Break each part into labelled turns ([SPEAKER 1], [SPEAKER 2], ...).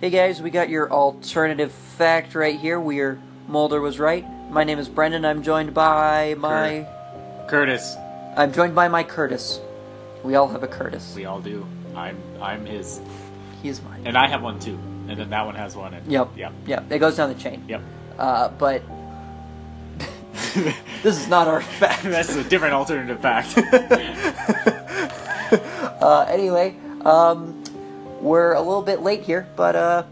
[SPEAKER 1] Hey guys, we got your alternative fact right here. We're Mulder was right. My name is Brendan. I'm joined by my
[SPEAKER 2] Curtis.
[SPEAKER 1] I'm joined by my Curtis. We all have a Curtis.
[SPEAKER 2] We all do. I'm I'm his,
[SPEAKER 1] He's mine.
[SPEAKER 2] and I have one too. And then that one has one. And
[SPEAKER 1] Yep.
[SPEAKER 2] Yep.
[SPEAKER 1] Yep. It goes down the chain.
[SPEAKER 2] Yep.
[SPEAKER 1] Uh, but this is not our fact.
[SPEAKER 2] That's a different alternative fact.
[SPEAKER 1] Uh, anyway, um, we're a little bit late here, but uh,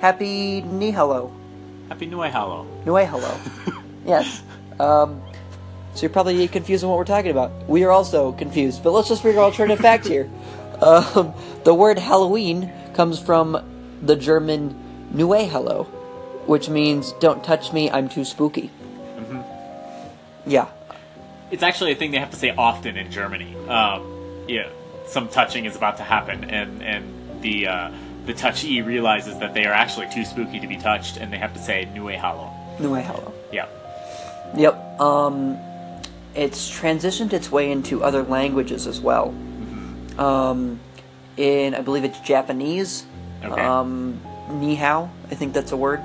[SPEAKER 1] happy Nihalo.
[SPEAKER 2] Happy New Hallow.
[SPEAKER 1] Nue hello. yes. Um, so you're probably confused on what we're talking about. We are also confused, but let's just figure out alternative facts here. Um, the word Halloween comes from the German Nue hello, which means don't touch me, I'm too spooky. Yeah.
[SPEAKER 2] It's actually a thing they have to say often in Germany. Um, yeah, some touching is about to happen, and and the uh, the touchee realizes that they are actually too spooky to be touched, and they have to say New Hallow.
[SPEAKER 1] Nue hello.
[SPEAKER 2] Yeah.
[SPEAKER 1] Yep. Um, it's transitioned its way into other languages as well. Um, in I believe it's Japanese.
[SPEAKER 2] Okay.
[SPEAKER 1] Um, nihao. I think that's a word.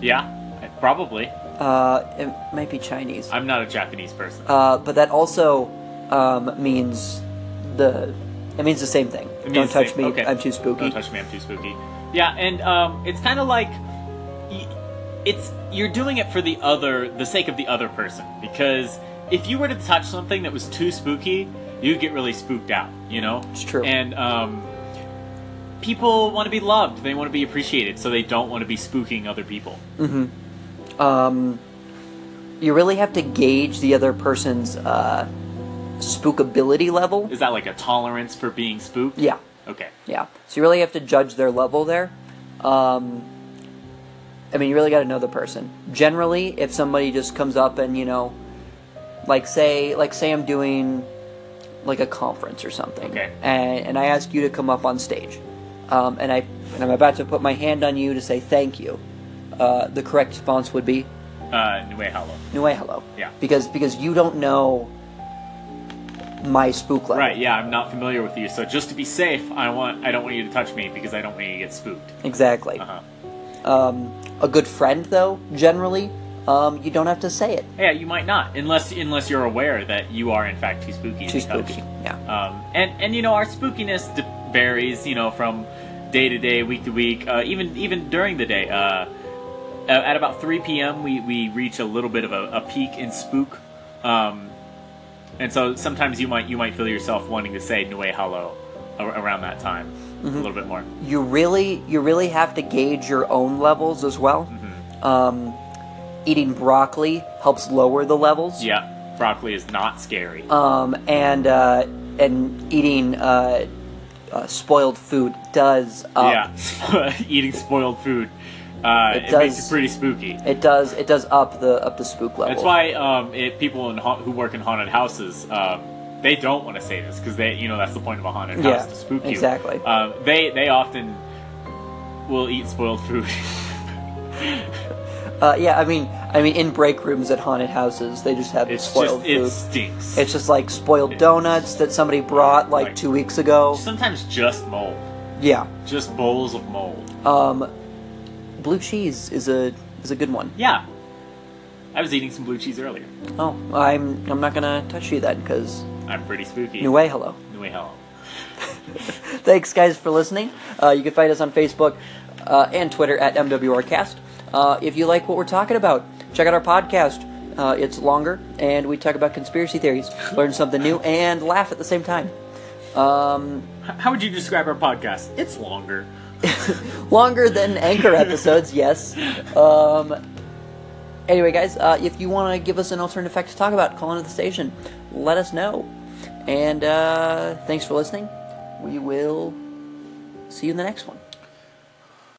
[SPEAKER 2] Yeah. I- Probably.
[SPEAKER 1] Uh, it might be Chinese.
[SPEAKER 2] I'm not a Japanese person.
[SPEAKER 1] Uh, but that also um, means the. It means the same thing.
[SPEAKER 2] It
[SPEAKER 1] Don't
[SPEAKER 2] means the
[SPEAKER 1] touch
[SPEAKER 2] same-
[SPEAKER 1] me.
[SPEAKER 2] okay.
[SPEAKER 1] I'm too spooky.
[SPEAKER 2] Don't touch me. I'm too spooky. Yeah, and um, it's kind of like y- it's you're doing it for the other, the sake of the other person. Because if you were to touch something that was too spooky, you'd get really spooked out. You know,
[SPEAKER 1] It's true.
[SPEAKER 2] And um, people want to be loved. They want to be appreciated, so they don't want to be spooking other people.
[SPEAKER 1] um, you really have to gauge the other person's uh, spookability level.
[SPEAKER 2] Is that like a tolerance for being spooked?
[SPEAKER 1] Yeah.
[SPEAKER 2] Okay.
[SPEAKER 1] Yeah. So you really have to judge their level there. Um, I mean, you really got to know the person. Generally, if somebody just comes up and you know, like say, like say I'm doing like a conference or something,
[SPEAKER 2] Okay.
[SPEAKER 1] and and I ask you to come up on stage, um, and I and I'm about to put my hand on you to say thank you. Uh, the correct response would be
[SPEAKER 2] Uh, Nue Hollow.
[SPEAKER 1] no way, hello.
[SPEAKER 2] Yeah.
[SPEAKER 1] Because because you don't know my spook level.
[SPEAKER 2] Right, yeah, I'm not familiar with you, so just to be safe, I want I don't want you to touch me because I don't want you to get spooked.
[SPEAKER 1] Exactly.
[SPEAKER 2] Uh-huh.
[SPEAKER 1] Um, a good friend, though, generally, um, you don't have to say it.
[SPEAKER 2] Yeah, you might not, unless unless you're aware that you are in fact too spooky. to
[SPEAKER 1] Too
[SPEAKER 2] be touched.
[SPEAKER 1] spooky. Yeah.
[SPEAKER 2] Um, and and you know our spookiness d- varies, you know, from day to day, week to week, uh, even even during the day. Uh, a- at about 3 p.m., we we reach a little bit of a, a peak in spook, um, and so sometimes you might you might feel yourself wanting to say Nue Halo ar- around that time
[SPEAKER 1] Mm-hmm.
[SPEAKER 2] a little bit more.
[SPEAKER 1] You really, you really have to gauge your own levels as well.
[SPEAKER 2] Mm-hmm.
[SPEAKER 1] Um, eating broccoli helps lower the levels.
[SPEAKER 2] Yeah, broccoli is not scary.
[SPEAKER 1] Um, and uh, and eating uh, uh, spoiled food does up.
[SPEAKER 2] yeah, eating spoiled food. Uh,
[SPEAKER 1] It
[SPEAKER 2] it, makes
[SPEAKER 1] does-
[SPEAKER 2] it pretty spooky.
[SPEAKER 1] It does. It does up the up the spook level.
[SPEAKER 2] That's why um, it, people in ha- who work in haunted houses, um, they don't want to say this because they, you know, that's the point of a haunted house
[SPEAKER 1] Yeah,
[SPEAKER 2] to spook you.
[SPEAKER 1] exactly.
[SPEAKER 2] Um, they they often will eat spoiled food.
[SPEAKER 1] Uh, yeah, I mean, I mean, in break rooms at haunted houses, they just have
[SPEAKER 2] it's
[SPEAKER 1] spoiled
[SPEAKER 2] just
[SPEAKER 1] food.
[SPEAKER 2] it stinks.
[SPEAKER 1] It's just like spoiled donuts that somebody brought like
[SPEAKER 2] Right.
[SPEAKER 1] two weeks ago.
[SPEAKER 2] sometimes just mold,
[SPEAKER 1] Yeah.
[SPEAKER 2] just bowls of mold.
[SPEAKER 1] Um, blue cheese is a is a good one.
[SPEAKER 2] yeah, I was eating some blue cheese earlier.
[SPEAKER 1] Oh, I'm I'm not gonna touch you then because
[SPEAKER 2] I'm pretty spooky.
[SPEAKER 1] new way. Hello.
[SPEAKER 2] New way hell.
[SPEAKER 1] Thanks guys for listening. Uh, you can find us on Facebook uh, and Twitter at MWRcast. Uh, if you like what we're talking about, check out our podcast. Uh, it's longer and we talk about conspiracy theories, learn something new, and laugh at the same time.
[SPEAKER 2] H- How would you describe our podcast? It's longer.
[SPEAKER 1] longer than anchor episodes yes um anyway guys uh, if you want to give us an alternative fact to talk about call into the station let us know and uh thanks for listening we will see you in the next one